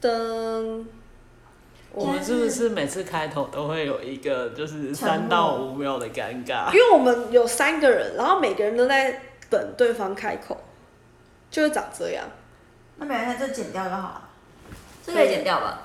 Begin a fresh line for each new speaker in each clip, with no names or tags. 噔，
我们是不是每次开头都会有一个就是
沉默
三到五秒的尴尬
因？为我们有三个人，然后每个人都在等对方开口，就会长这样。
那没关系，就剪掉就好了。这可以剪掉吧？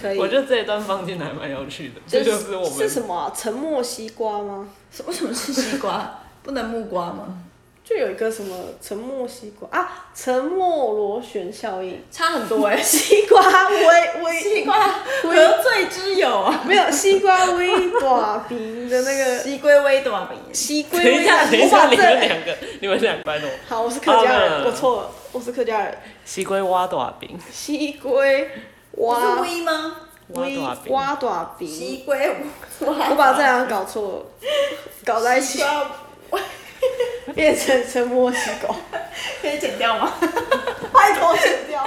可以，
我觉得这一段放进来蛮有趣的，
就
这
是
就是我
是
们
什么啊、沉默西瓜吗？
是为什么是西瓜？不能木瓜吗？
就有一个什么沉默西瓜啊，沉默螺旋效应。
差很多哎、
西瓜微微
西瓜何罪之有啊？
没有西瓜微短平的那 个
西龟微短饼，
西龟
等一
微
下，
短
等一
平，我
下，
把
你们
这
两个，你们两个拜托，
好，我是客家
好
人，
的
我错了，我是客家人。
西龟挖大饼，
西龟
不是
挖
微吗？
挖大饼，
挖短平，
西龟
我把这两个搞错了，搞在一起
西瓜
变成沉默西瓜。
可以剪掉吗？
拜托剪掉。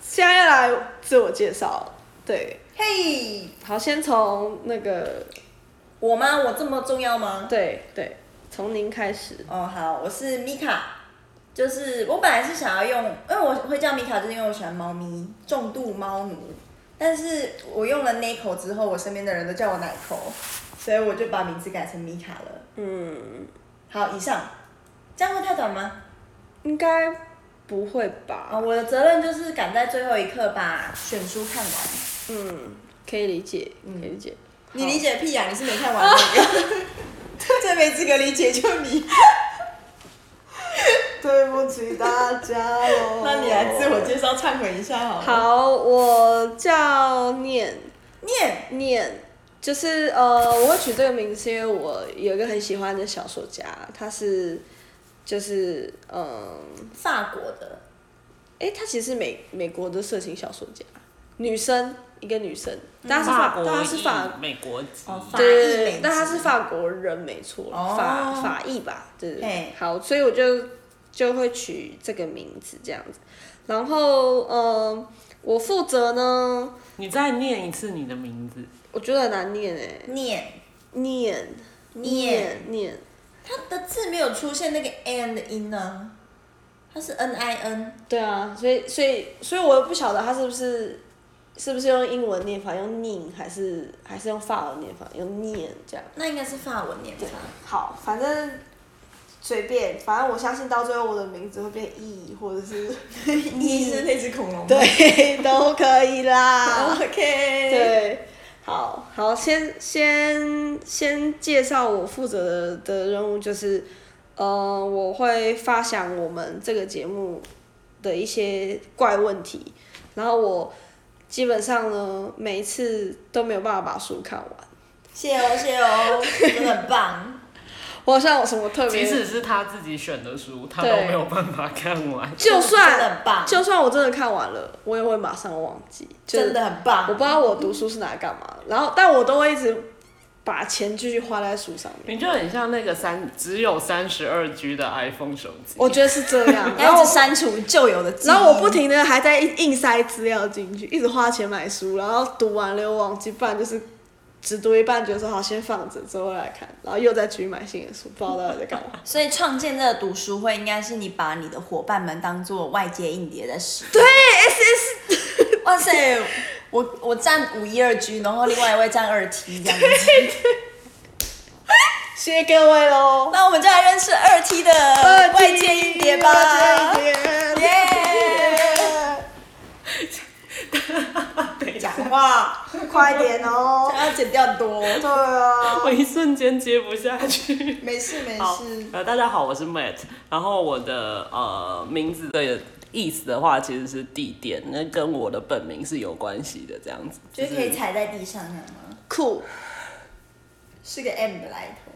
现在要来自我介绍，对，
嘿，
好，先从那个
我吗？我这么重要吗？
对对，从零开始。
哦，好，我是米卡，就是我本来是想要用，因为我会叫米卡，就是因为我喜欢猫咪，重度猫奴。但是我用了 Nico 之后，我身边的人都叫我奶头，所以我就把名字改成米卡了。
嗯，
好，以上，这样会太短吗？
应该不会吧？
啊、我的责任就是赶在最后一刻把选书看完。
嗯，可以理解，可以理解。
你
好
理解屁呀、你是没看完 那个，最没资格理解就你。
对不起大家哦 喽
那你来自我介绍忏悔一下好了。，
好，我叫念
念
念，就是呃，我会取这个名字是因为我有一个很喜欢的小说家，他是就是嗯，
法国的，
诶，他其实是美美国的色情小说家，女生一个女生，但她是
法
法，
国
但她是法
裔美国籍，
哦法
对
裔
对
美
对
籍，
但他是法国人没错，
哦
法法裔吧，对对对
嘿。
好，所以我就就会取这个名字这样子。然后，呃，我负责呢，
你再念一次你的名字，
我觉得很难念哎、
念
念
念，
念，
它的字没有出现那个 n 的音呢、它是 n i n，
对啊，所以所以所以我也不晓得他是不是是不是用英文念法，用念还是还是用法文念法，用念这样。
那应该是法文念法。
好，反正随便，反正我相信到最后我的名字会变 E 或者是
你是那只恐龙。
对， 都可以啦。
，OK。，
对，好好，先先先介绍我负责的的任务就是，呃，我会发想我们这个节目的一些怪问题，然后我基本上呢每一次都没有办法把书看完，
谢哦谢 哦，真的很棒。
我好像有什么特
即
别的，
使是他自己选的书，他
对
都没有办法看完。
就
真的
算
很棒，
就算我真的看完了，我也会马上忘记，就
真的很棒。
我不知道我读书是拿来干嘛的，然后但我都会一直把钱继续花在书上面。
你就很像那个三只有三十二 G 的 iPhone 手机，
我觉得是这 样，然
哎
然后
后
删除旧有的记忆，
然后我不停的还在硬硬塞资料进去，一直花钱买书，然后读完了又忘记，不然就是只读一半，觉得说好先放着，之后来看，然后又再继续买新的书，不知道到底在干 嘛。
所以创建这个读书会，应该是你把你的伙伴们当做外接硬碟在使。 对，S S，哇塞，我我占五一二 G，然后另外一位占二 T 这样子。
谢谢各位 喽，
那我们就来认识二 T 的外接硬碟吧。
外接硬碟，
耶！ 讲话
快点哦，
要剪掉很多，
对啊，
我一瞬间接不下去。
没事没
好
事，。
呃，大家好，我是 Matt，然后我的呃名字的意思的话，其实是地点，那跟我的本名是有关系的，这样子。
就是可以踩在地上那样吗？
酷，
是个 M 的来头，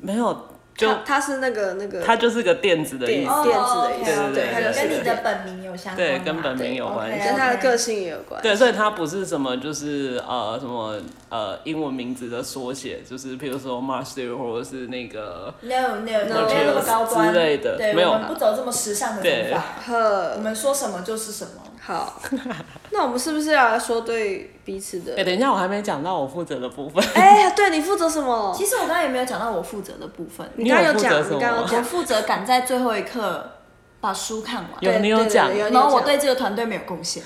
没有就
他他是那个那个，
它就是个电子的意
电
思。
电子的
意
意
思
思，
对对对
跟
对
你的本名有相关
对
嘛
跟本名有关系
跟他的个
性
性也有关。
对，所以它不是什么，就是呃什么呃英文名字的缩写，就是譬如说 Master 或者是那个
no no
No
没有那么高端
之类的
对，
没有
我们不走这么时尚的
对
做法，我
呵，
们说什么就是什么。
好， 那我们是不是要来说对彼此
哎、
的？
等一下，我还没讲到我负责的部分。
哎，对你负责什么？
其实我刚刚也没有讲到我负责的部分，
你刚刚
有
有
负责
讲，
什么
你刚刚有
吗
我
讲，
负责赶在最后一刻把书看完，
有
对
你有
对对
讲
对有你
然后我
讲
对这个团队没有贡献。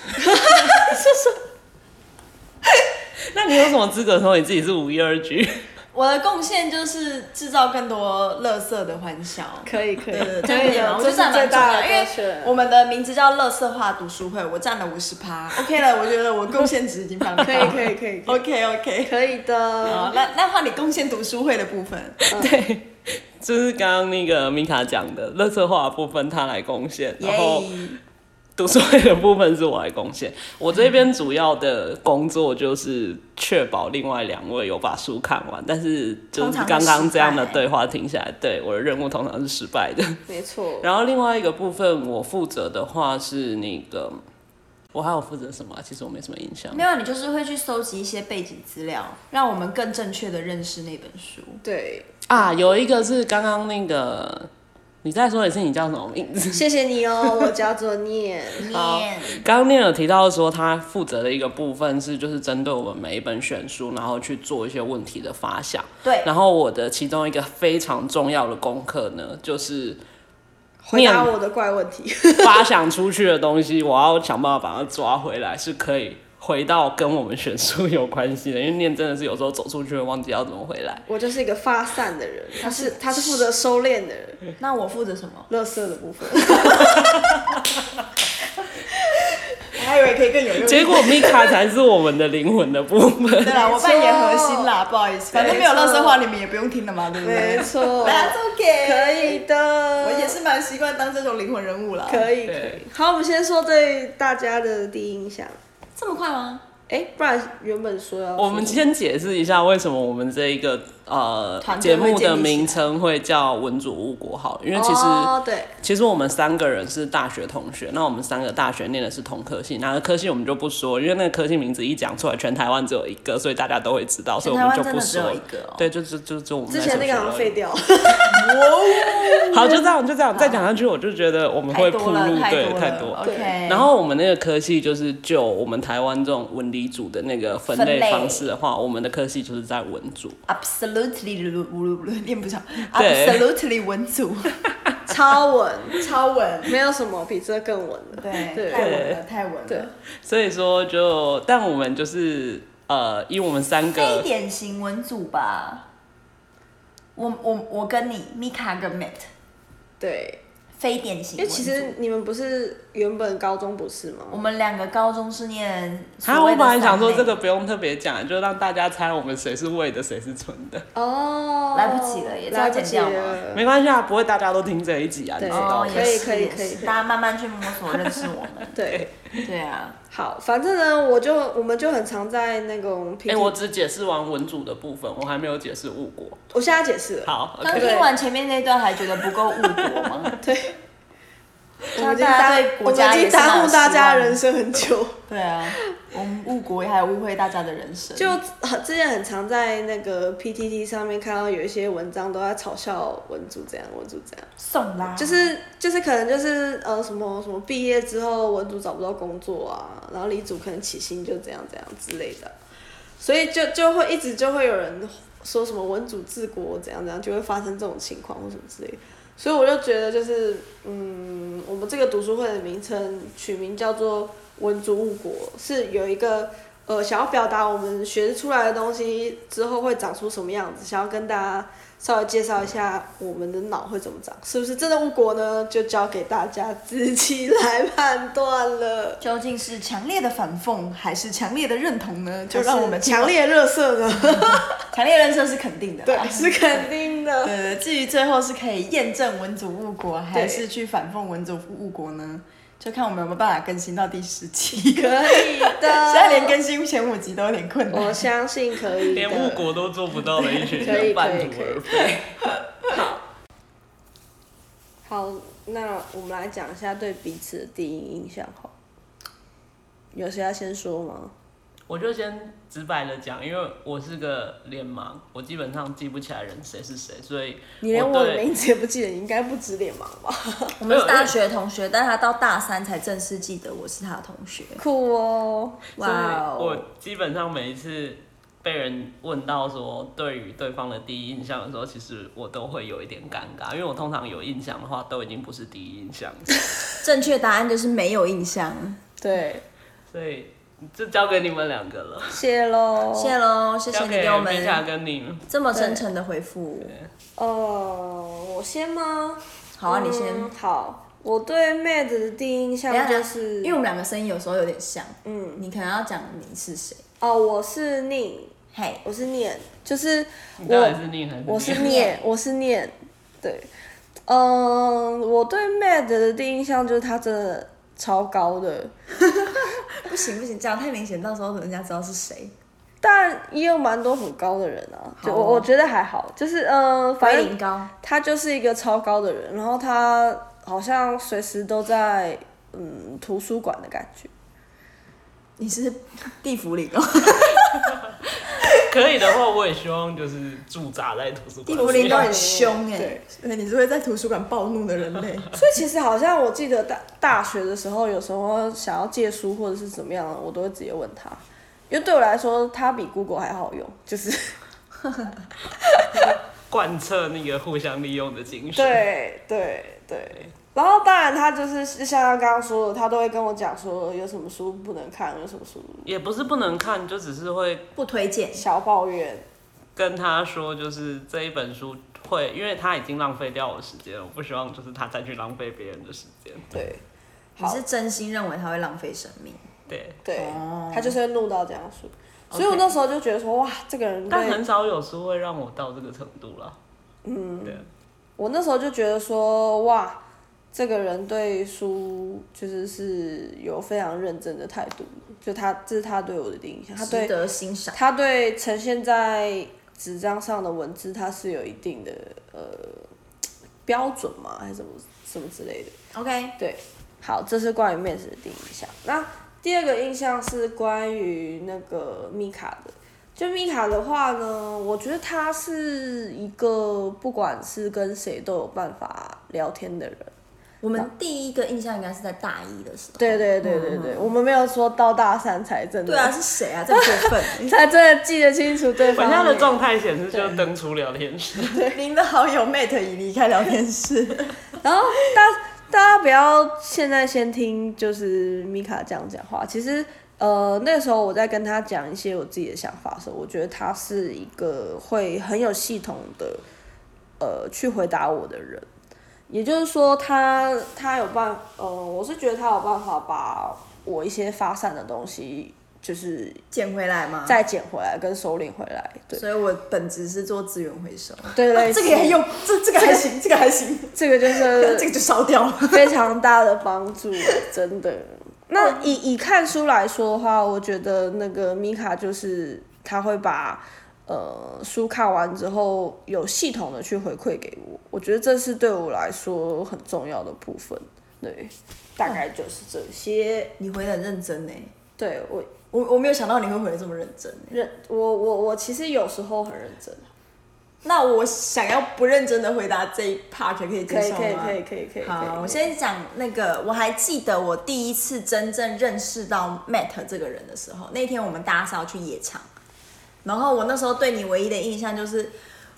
那你有什么资格说你自己是五一二 G？
我的贡献就是制造更多乐色的欢笑。
可以可以
对对，对
可
这样
以
可以吗
的，
我
这
觉得
是
这样
最
蛮重
大
要，
的
因
歌
为
曲了。
我们的名字叫“乐色化读书会”，我占了五十趴，OK 了，我觉得我贡献值已经非常高。
可以 可以可以可以
OK OK。
可以
好，
的，
那那换你贡献读书会的部分，
对，就是刚刚那个米卡讲的，乐色化的部分他来贡献，然后读书会的部分是我来贡献。我这边主要的工作就是确保另外两位有把书看完，但是就
通
是
常是
刚刚这样的
失败
对话听下来，对我的任务通常是失败的。
没错。
然后另外一个部分我负责的话是那个，我还有负责什么啊、其实我没什么印象
没。有，你就是会去搜集一些背景资料，让我们更正确的认识那本书。
对，
啊，有一个是刚刚那个，你再说一次，你叫什么名字？
谢谢你哦， 我叫做念。
好
念
刚刚念有提到说，他负责的一个部分是，就是针对我们每一本选书，然后去做一些问题的发想。
对，
然后我的其中一个非常重要的功课呢，就是
回答
念
我的怪问题，
发想出去的东西，我要想办法把它抓回来，是可以回到跟我们选书有关系的。因为念真的是有时候走出去会忘记要怎么回来。
我就是一个发散的人，他是他是负责收敛的人，
那我负责什么？
乐色的部 分。
我还以为可以更有用。
结果米卡才是我们的灵魂的部分。
对啊啦，我扮演核心啦，不好意思，反正没有乐色话，你们也不用听了嘛，对不对
没错
That's OK，
可以的，
我也是蛮习惯当这种灵魂人物啦。
可以可
对
以。好，我们先说对大家的第一印象。
这么快吗？
哎、不然原本说要
我
说
们
什么
先解释一下为什么我们这一个呃
团队
节
会建立
目
起来
的名称会叫“文主误国”好了，因为其实、
哦，对，
其实我们三个人是大学同学，那我们三个大学念的是同科系，哪个科系我们就不说，因为那个科系名字一讲出来，全台湾只有一个，所以大家都会知道，所以我们就不说。
个哦。
对，就就就就我们
之前那个好像废
掉。
掉了，
好，就这样，就这样，再讲下去我就觉得我们会
太
铺
多
路
了，，
对，
多
太
了。
多。
OK。
然后我们那个科系就是就我们台湾这种文理组的那个分
分
类
类
方式的话，我们的科系就是在文组。
absolutely 念不上
对
，absolutely 文组，
超稳，
超文。
没有什么比这更稳的。
对，
对
太文了，太文
对
了。
所以说就，但我们就是呃，以我们三
非
个
典型文组吧。我我我跟你，Mika 跟 Matt，
对，
非典型
因为
文组。
其实你们不是原本高中不是
我
吗？
们两个高中是念所
啊，我
谓
本
的
来想说
三
这
类
个不用特别讲，就让大家猜我们谁是喂的，谁是纯的，
哦，
来不及了
来
也这
不
要剪
及
掉吗
了。
没关系啊，不会大家都听这一集啊，你
嗯对
知道
哦，
的。
可以
也是
可以
也
可以
是
可以
大家慢慢去摸索认识我们。
对，
对啊，
好，反正呢，我就我们就很常在那种 PPT，、
哎、我只解释完文组的部分，我还没有解释误国。
我现在解释 了，
好
刚
，OK，
听完前面那段还觉得不够误国吗？
对，
我
我
们
们
已
已
经
经
耽
耽我们已经耽误大家人生很久。
对啊，我们误国还有误会大家的人生。
就很之前很常在那个 PTT 上面看到有一些文章都在嘲笑文组这样，文组这样，
送啦，
就是就是可能就是呃什么什么毕业之后文组找不到工作啊，然后理组可能起薪就这样这样之类的，所以就就会一直就会有人说什么文组治国怎样怎样，就会发生这种情况或什么之类的。所以我就觉得就是嗯，我们这个读书会的名称取名叫做“文族误国”，是有一个呃想要表达我们学出来的东西之后会长出什么样子，想要跟大家稍微介绍一下我们的脑会怎么长，是不是真的误国呢？就交给大家自己来判断了。
究竟是强烈的反讽还是强烈的认同呢？ 就让我们
强烈热色 呢，
强烈认识是肯定的啦。
对， 是肯定的。
呃，至于最后是可以验证文主误国，还
对
是去反讽文主误国呢？就看我们有没有办法更新到第十期。
可以的，
现在连更新前五集都有点困
我
难。
相信可以的。
连误国都做不到的一群
可以可以
人半途
可以
而废。
那我们来讲一下对彼此的第一印象好。有谁要先说吗？
我就先直白的讲，因为我是个脸盲，我基本上记不起来人谁是谁，所以
你
哦
连我的
对
名字也不记得，你应该不止脸盲吧？
我们是大学同学，但他到大三才正式记得我是他的同学。
酷哦，
哇
所以
哦！
我基本上每一次被人问到说对于对方的第一印象的时候，其实我都会有一点尴尬，因为我通常有印象的话，都已经不是第一印 象了，
正确答案就是没有印象。
对，
所以这交给你们两个了，
谢喽，
谢喽，谢谢
交
你
给
给我
m i
们
跟你。
这么真诚的回复。
哦，我先吗？
好啊，你先。
嗯好，我对妹子的第一印象
等一下
就是，
因为我们两个声音有时候有点像，
嗯，
你可能要讲你是谁。
哦，我是宁，
嘿，
我是念，就是
你到底
我
是你还是
我是
你
念，我是念，对，嗯，我对 Mad 的第一印象就是他真的超高的，
不行不行，这样太明显，到时候人家知道是谁。
但也有蛮多很高的人啊，就
好哦
我我觉得还好，就是嗯，反
龟苓
正
膏，
他就是一个超高的人，然后他好像随时都在嗯图书馆的感觉，
你是地府里高，
可以的话，我也希望就是驻扎在图书馆。
地府里高
高
很凶哎、
对
对，你是会在图书馆暴怒的人类。
所以其实好像我记得大大学的时候，有时候想要借书或者是怎么样，我都会直接问他，因为对我来说，它比 Google 还好用， 就是。
贯彻那个互相利用的精神。，
对对对。然后当然，他就是像他刚刚说的，他都会跟我讲说有什么书不能看，有什么书
也不是不能看，就只是会
不推荐。
小抱怨。
跟他说，就是这一本书会，因为他已经浪费掉我的时间了，我不希望就是他再去浪费别人的时间。
对
你
好
是真心认为他会浪费生命？
对，
对
哦，
他就是会怒到这样说。所以我那时候就觉得说，哇，这个人
但
对
很少有书会让我到这个程度了。嗯，对，
我那时候就觉得说，哇，这个人对书就是是有非常认真的态度的，就他这是他对我的第一印象，他
值
对
得欣赏。
他对呈现在纸张上的文字，它是有一定的呃标准嘛，还是什么什么之类的。
OK，
对，好，这是关于面试的第一印象。那第二个印象是关于那个米卡的。就米卡的话呢，我觉得他是一个不管是跟谁都有办法聊天的人。
我们第一个印象应该是在大一的时候。
对对对对对，我们没有说到大三才真的，
嗯对啊，是谁啊？这么过 分！
才真的记得清楚对
本
方
家的
面
状态显示就登出聊天室。
您的好友 Mate 已离开聊天 室。
然后大大家不要现在先听，就是米卡这样讲话。其实呃，那时候我在跟他讲一些我自己的想法的时候，我觉得他是一个会很有系统的呃去回答我的人。也就是说他，他有办，呃，我是觉得他有办法把我一些发散的东西，就是
捡回来吗？
再捡回来跟收敛回来，对
所以我本职是做资源回收。
对类似
啊这个也很有，这这个还行，这个还行，
这个就
这
是
个就烧掉了。
非常大的帮助， 真的。那以以看书来说的话，我觉得那个米卡就是他会把呃书看完之后有系统的去回馈给我，我觉得这是对我来说很重要的部分。对，大概就是这些。
你回的很认真呢，
对我
我我没有想到你会回的这么认真欸。
认我我我其实有时候很认真，
那我想要不认真的回答这一 part 可以接
可以
受吗？
可以可以可以可以。可
好，
以
我先讲那个，我还记得我第一次真正认识到 Matt 这个人的时候，那天我们大家是要去夜场，然后我那时候对你唯一的印象就是，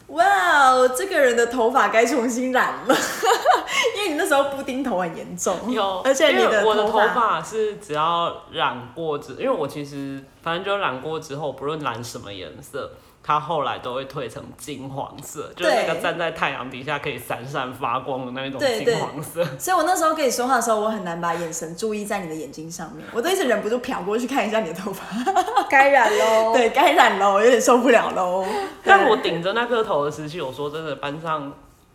哇哦，这个人的头发该重新染了， 因为你那时候布丁头很严重，
有，
而且你
因为我的
头
头发是只要染过之，因为我其实反正就染过之后，不论染什么颜色，它后来都会褪成金黄色，就是那
对
个站在太阳底下可以闪闪发光的那一种
对对
金黄色。
所以我那时候跟你说话的时候，我很难把眼神注意在你的眼睛上面，我都一直忍不住瞟过去看一下你的头发，
该染喽。
对该染喽，我有点受不了哦喽。
但我顶着那颗头的时期，我说真的，班上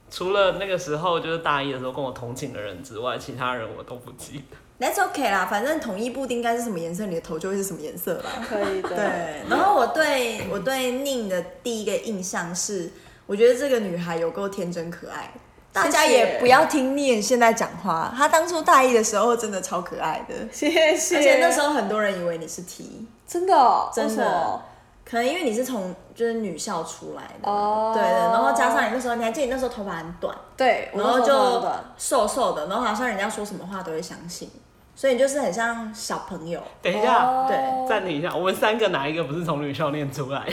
除了那个时候就是大一的时候跟我同寝的人之外，其他人我都不记得。
That's OK 啦，反正统一布丁应该是什么颜色，你的头就会是什么颜色吧。
可以的。
对，然后我对我对宁的第一个印象是，我觉得这个女孩有够天真可爱，大家也不要听念现在讲话，他当初大一的时候真的超可爱的，
谢谢。
而且那时候很多人以为你是 T，
真的哦、为
真
什
的
么，
可能因为你是从就是女校出来的，
哦
对的，然后加上你那时候你还记得你那时候头发很短，
对，我
然
那
后
时候头发很
就
短
瘦瘦的，然后好像人家说什么话都会相信，所以你就是很像小朋友。
等一下，
哦
对
暂停一下，我们三个哪一个不是从女校念出来？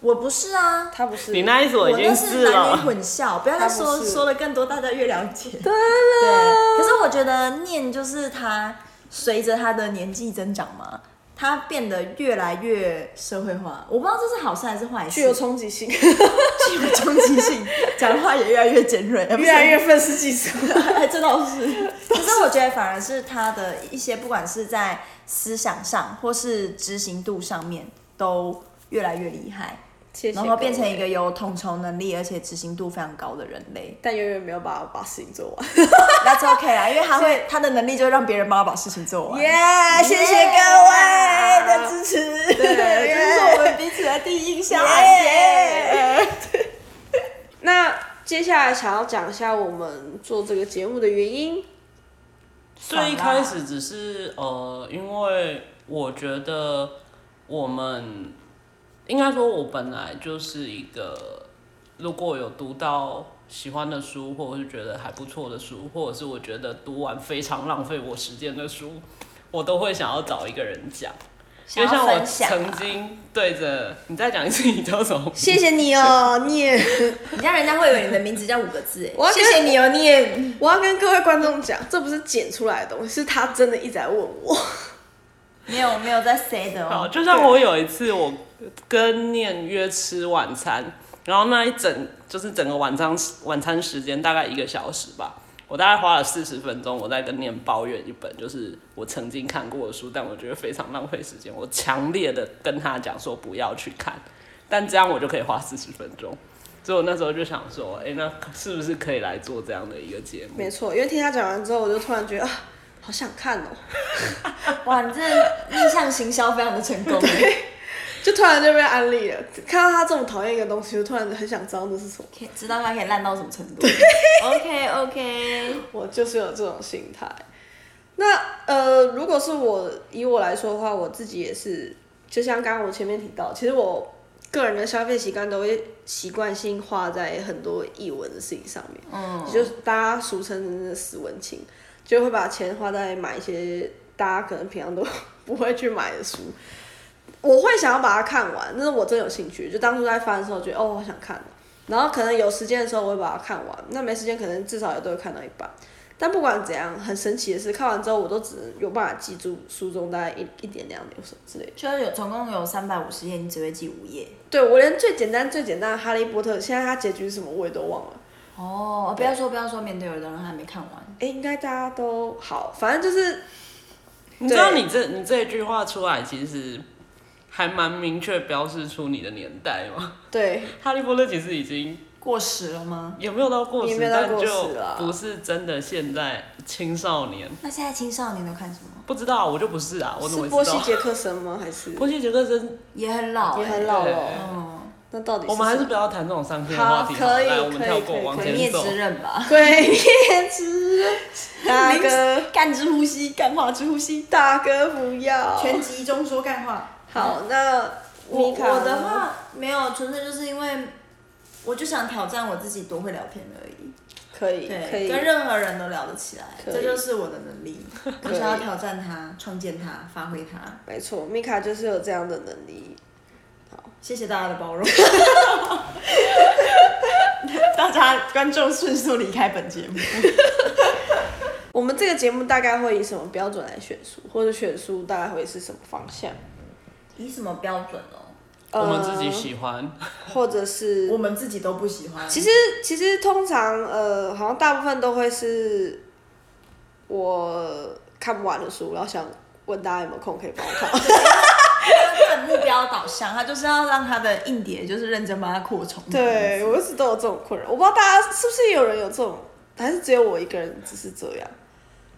我不是啊，
他不是
你那一所
我
已经
那
是
是男女
了，
混校，不要再
他
说
不是啊
说的更多，大家越了解。对
了
可是我觉得念就是他随着他的年纪增长嘛，他变得越来越社会化。我不知道这是好事还是坏事，
具有冲击性，
具有 冲击性，讲话也越来越尖 锐，呃不 是
越来越愤世嫉俗。
哎，这倒是。 可是我觉得反而是他的一些，不管是在思想上或是执行度上面，都越来越厉害，
谢谢
然后变成
各位
一个有统筹能力而且执行度非常高的人 类。
但永远没有把把事情做完。
That's OK 啦，因为他会他的能力就会让别人帮他把事情做完。
耶、谢谢各位
Yeah
的支持，
对，这是我们彼此的第一印象。耶！
那接下来想要讲一下我们做这个节目的原因。
最一开始只是呃，因为我觉得我们应该说，我本来就是一个如果有读到喜欢的书，或者是觉得还不错的书，或者是我觉得读完非常浪费我时间的书，我都会想要找一个人讲。因为像我曾经对着你再讲一次，你叫什么？
谢谢你哦，念。
你让人家会以为你的名字叫五个字
我要
哎，
跟
谢谢你哦，你也
我要跟各位观众讲，这不是剪出来的东西，是他真的一直在问我。
没有没有在 say 的
好，
哦。
就像我有一次，我跟念约吃晚餐，然后那一整就是整个晚餐晚餐时间大概一个小时吧，我大概花了四十分钟，我在跟念抱怨一本就是我曾经看过的书，但我觉得非常浪费时间，我强烈的跟他讲说不要去看，但这样我就可以花四十分钟。所以我那时候就想说，哎、那是不是可以来做这样的一个节目？
没错，因为听他讲完之后，我就突然觉得啊，好想看哦，
哇，你这逆向行销非常的成功哎。
就突然就被安利了。看到他这么讨厌一个东西，就突然很想知道那是什么。
可以知道它可以烂到什么程度。OK OK，
我就是有这种心态。那呃，如果是我以我来说的话，我自己也是，就像刚刚我前面提到，其实我个人的消费习惯都会习惯性花在很多译文的事情上面，嗯，就是大家俗称的那个死文青，就会把钱花在买一些大家可能平常都不会去买的书。我会想要把它看完，但是我真有兴趣。就当初在翻的时候，觉得哦，我好想看哦然后可能有时间的时候，我会把它看完。那没时间，可能至少也都会看到一半。但不管怎样，很神奇的是，看完之后我都只能有办法记住书中大概一一点两点什么之类的。
就是有总共有三百五十页，你只会记五页。
对我连最简单最简单的《哈利波特》，现在它结局是什么我也都忘了。
哦，不要说不要说，面对有的人还没看完。
哎，应该大家都好，反正就是
你知道
对
你这你这一句话出来，其实还蛮明确标示出你的年代吗？
对
哈利波特其实已经
过时了吗？
也没有到过
也
时，
没有到
但
过时
就
啦
不是真的现在青少年。
那现在青少年都看什么？
不知道，我就不是啊，我怎
是
么
波
会知
西
道？
杰克森吗？还是
波西杰克森，
也很老、欸，
也很老了？哦
嗯，
那到底
我们还是
什
不
么
要谈这种伤心的话题
好可以
来，我们
可以
跳
可
过
以
往
可以
鬼
前
灭
走。
之刃 吧，
鬼灭之 刃大哥
干之呼吸，干化之呼吸，
大哥不要
集中说干话。
好，那
我
米卡呢
我的话没有，纯粹就是因为我就想挑战我自己多会聊天而已。
可以可
对，
以
跟任何人都聊得起来，
可以
这就是我的能力。我
以
想要挑战 它，创建它，发挥它。
没错，米卡就是有这样的能力。
谢谢大家的包容。 大家观众迅速离开本节目。
我们这个节目大概会以什么标准来选书，或者选书大概会是什么方向？
以什么标准哦？
我们
呃
自己喜 欢，
或者是
我们自己都不喜欢。
其实其实通常呃，好像大部分都会是我看不完的书，然后想问大家有没有空可以帮我看。
他的目标导向，他就是要让他的硬碟就是认真帮他扩充。
对我一直都有这种困扰，我不知道大家是不是也有人有这种，还是只有我一个人只是这样？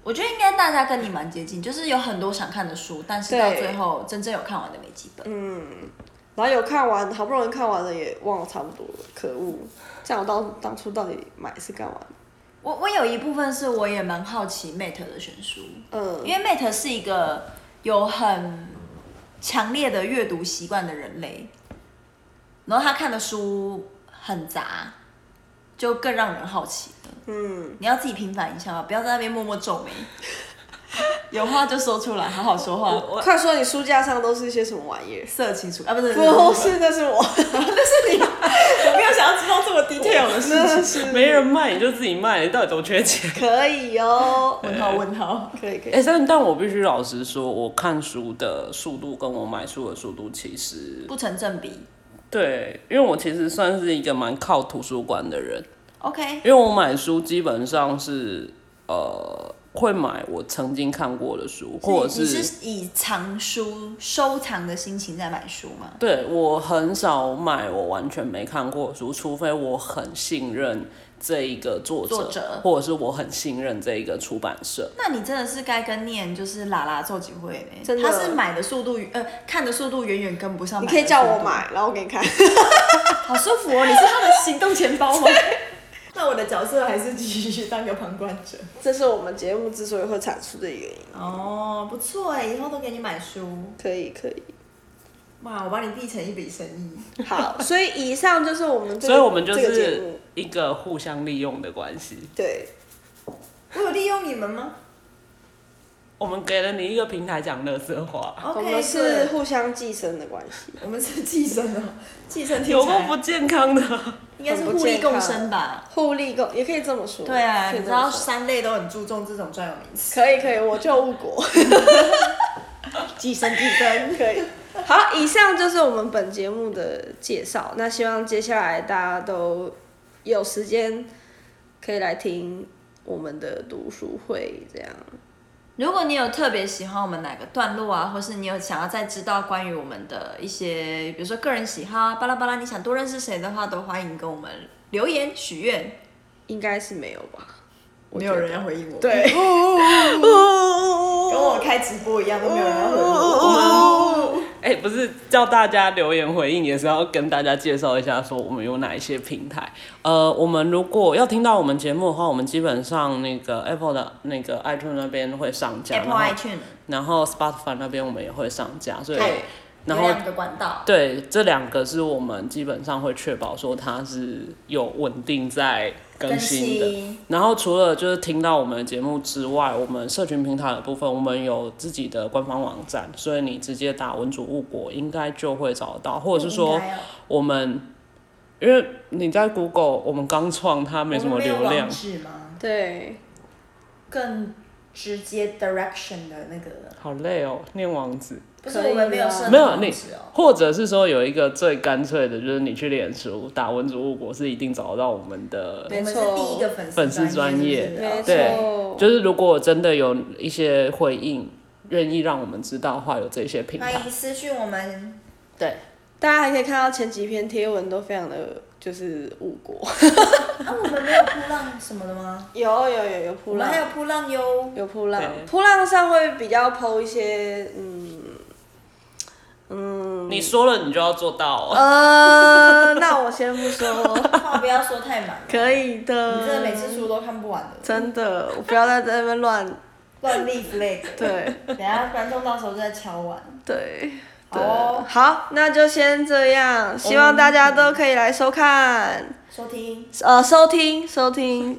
我觉得应该大家跟你蛮接近，就是有很多想看的书，但是到
对
最后真正有看完的没几本。
然后有看完，好不容易看完了，也忘了差不多了，可恶！这样我当当初到底买是干嘛？
我我有一部分是我也蛮好奇 Mate 的选书，
嗯，
因为 Mate 是一个有很强烈的阅读习惯的人类，然后他看的书很杂，就更让人好奇了。
嗯，
你要自己平反一下啊吧，不要在那边默默皱眉， 有话就说出来，好好说话，
我
快说你书架上都是一些什么玩意儿？
色情楚啊，不是
不是，那是我，
我没有想要知道这么 detail 的事
那
情。
是
没人卖你就自己卖，你到底多 缺钱？
可以哦，
问号问号，
可以可以
哎、，但但我必须老实说，我看书的速度跟我买书的速度其实
不成正比。
对，因为我其实算是一个蛮靠图书馆的人，
OK，
因为我买书基本上是呃会买我曾经看过的书，或者
你是以藏书收藏的心情在买书吗？
对我很少买我完全没看过的书，除非我很信任这一个作者，
作者
或者是我很信任这一个出版社。
那你真的是该跟念就是啦啦做几回呢？
真的
他是买的速度，呃，看的速度远远跟不上。
你可以叫我，买，然后我给你看。
好舒服哦！你是他的行动钱包吗？ 那我的角色还是继续当个旁观者。
这是我们节目之所以会产出的原因。
哦，不错哎，以后都给你买书。
可以可以，
哇，我帮你递成一笔生意。
好，所以以上就是我们这个
所以我们就
这个节
是
目，
一个互相利用的关系。
对，
我有利用你们吗
我们给了你一个平台讲乐色话，
？OK，
我们是
good
互相寄生的关系。
我们是寄生哦，寄生
有
听
够
起来
不健康的。
应该是互利共生吧？
互利共也可以这么说。
对啊，
可以
你
这
知
么
道
说
三类都很注重这种专有名词，
可以可以，我就误国，
寄生寄生。
可以。好，以上就是我们本节目的介绍。那希望接下来大家都有时间可以来听我们的读书会，这样。
如果你有特别喜欢我们哪个段落啊，或是你有想要再知道关于我们的一些，比如说个人喜好啊，巴拉巴拉，你想多认识谁的话，都欢迎跟我们留言许愿。
应该是没有吧？我
没
觉
有
得
人要回应我，，
对，
跟我开直播一样，都没有人要回应我。
哎、不是叫大家留言回应，也是要跟大家介绍一下，说我们有哪一些平台。呃，我们如果要听到我们节目的话，我们基本上那个 Apple 的那个 iTunes 那边会上架，然
Apple
后
iTunes
然后 Spotify 那边我们也会上架，所以
对有
然后
两个管道，
对这两个是我们基本上会确保说它是有稳定在更新的。
新
然后除了就是听到我们的节目之外，我们社群平台的部分，我们有自己的官方网站，所以你直接打“文主误国”应该就会找得到，或者是
应
说
该哦
我们，因为你在 Google 我们刚创，它没什么流
我们有
量
网，址吗？
对，
更直接 direction 的那个，
好累哦，念网址。
不是我们没有设
没
定
有
网
你
址哦。
或者是说有一个最干脆的，就是你去脸书打“文主误国”是一定找得到我们的
没
我们是
错
第一个粉丝
粉丝专业
是不是
没
对
错，
就是如果真的有一些回应，愿意让我们知道的话，有这些平台
欢。迎私讯我们，
对，
大家还可以看到前几篇贴文都非常的就是误国，
啊，我们没有扑浪什么的吗？
有有有有
我
扑
们
浪
还，有扑浪哟，
有扑浪
对，
扑浪上会比较剖一些嗯
你说了，你就要做到、哦。
呃， 那我先不说，
话不要说太满，
可以
你真的每
的，
次书都看不完的，
真的，我不要再在那边乱，
乱立 flag。
对
等一下观众到时候就在敲碗。
对。
好
对
哦，
好，那就先这样，希望大家都可以来收看，
收听。
呃，收听收听，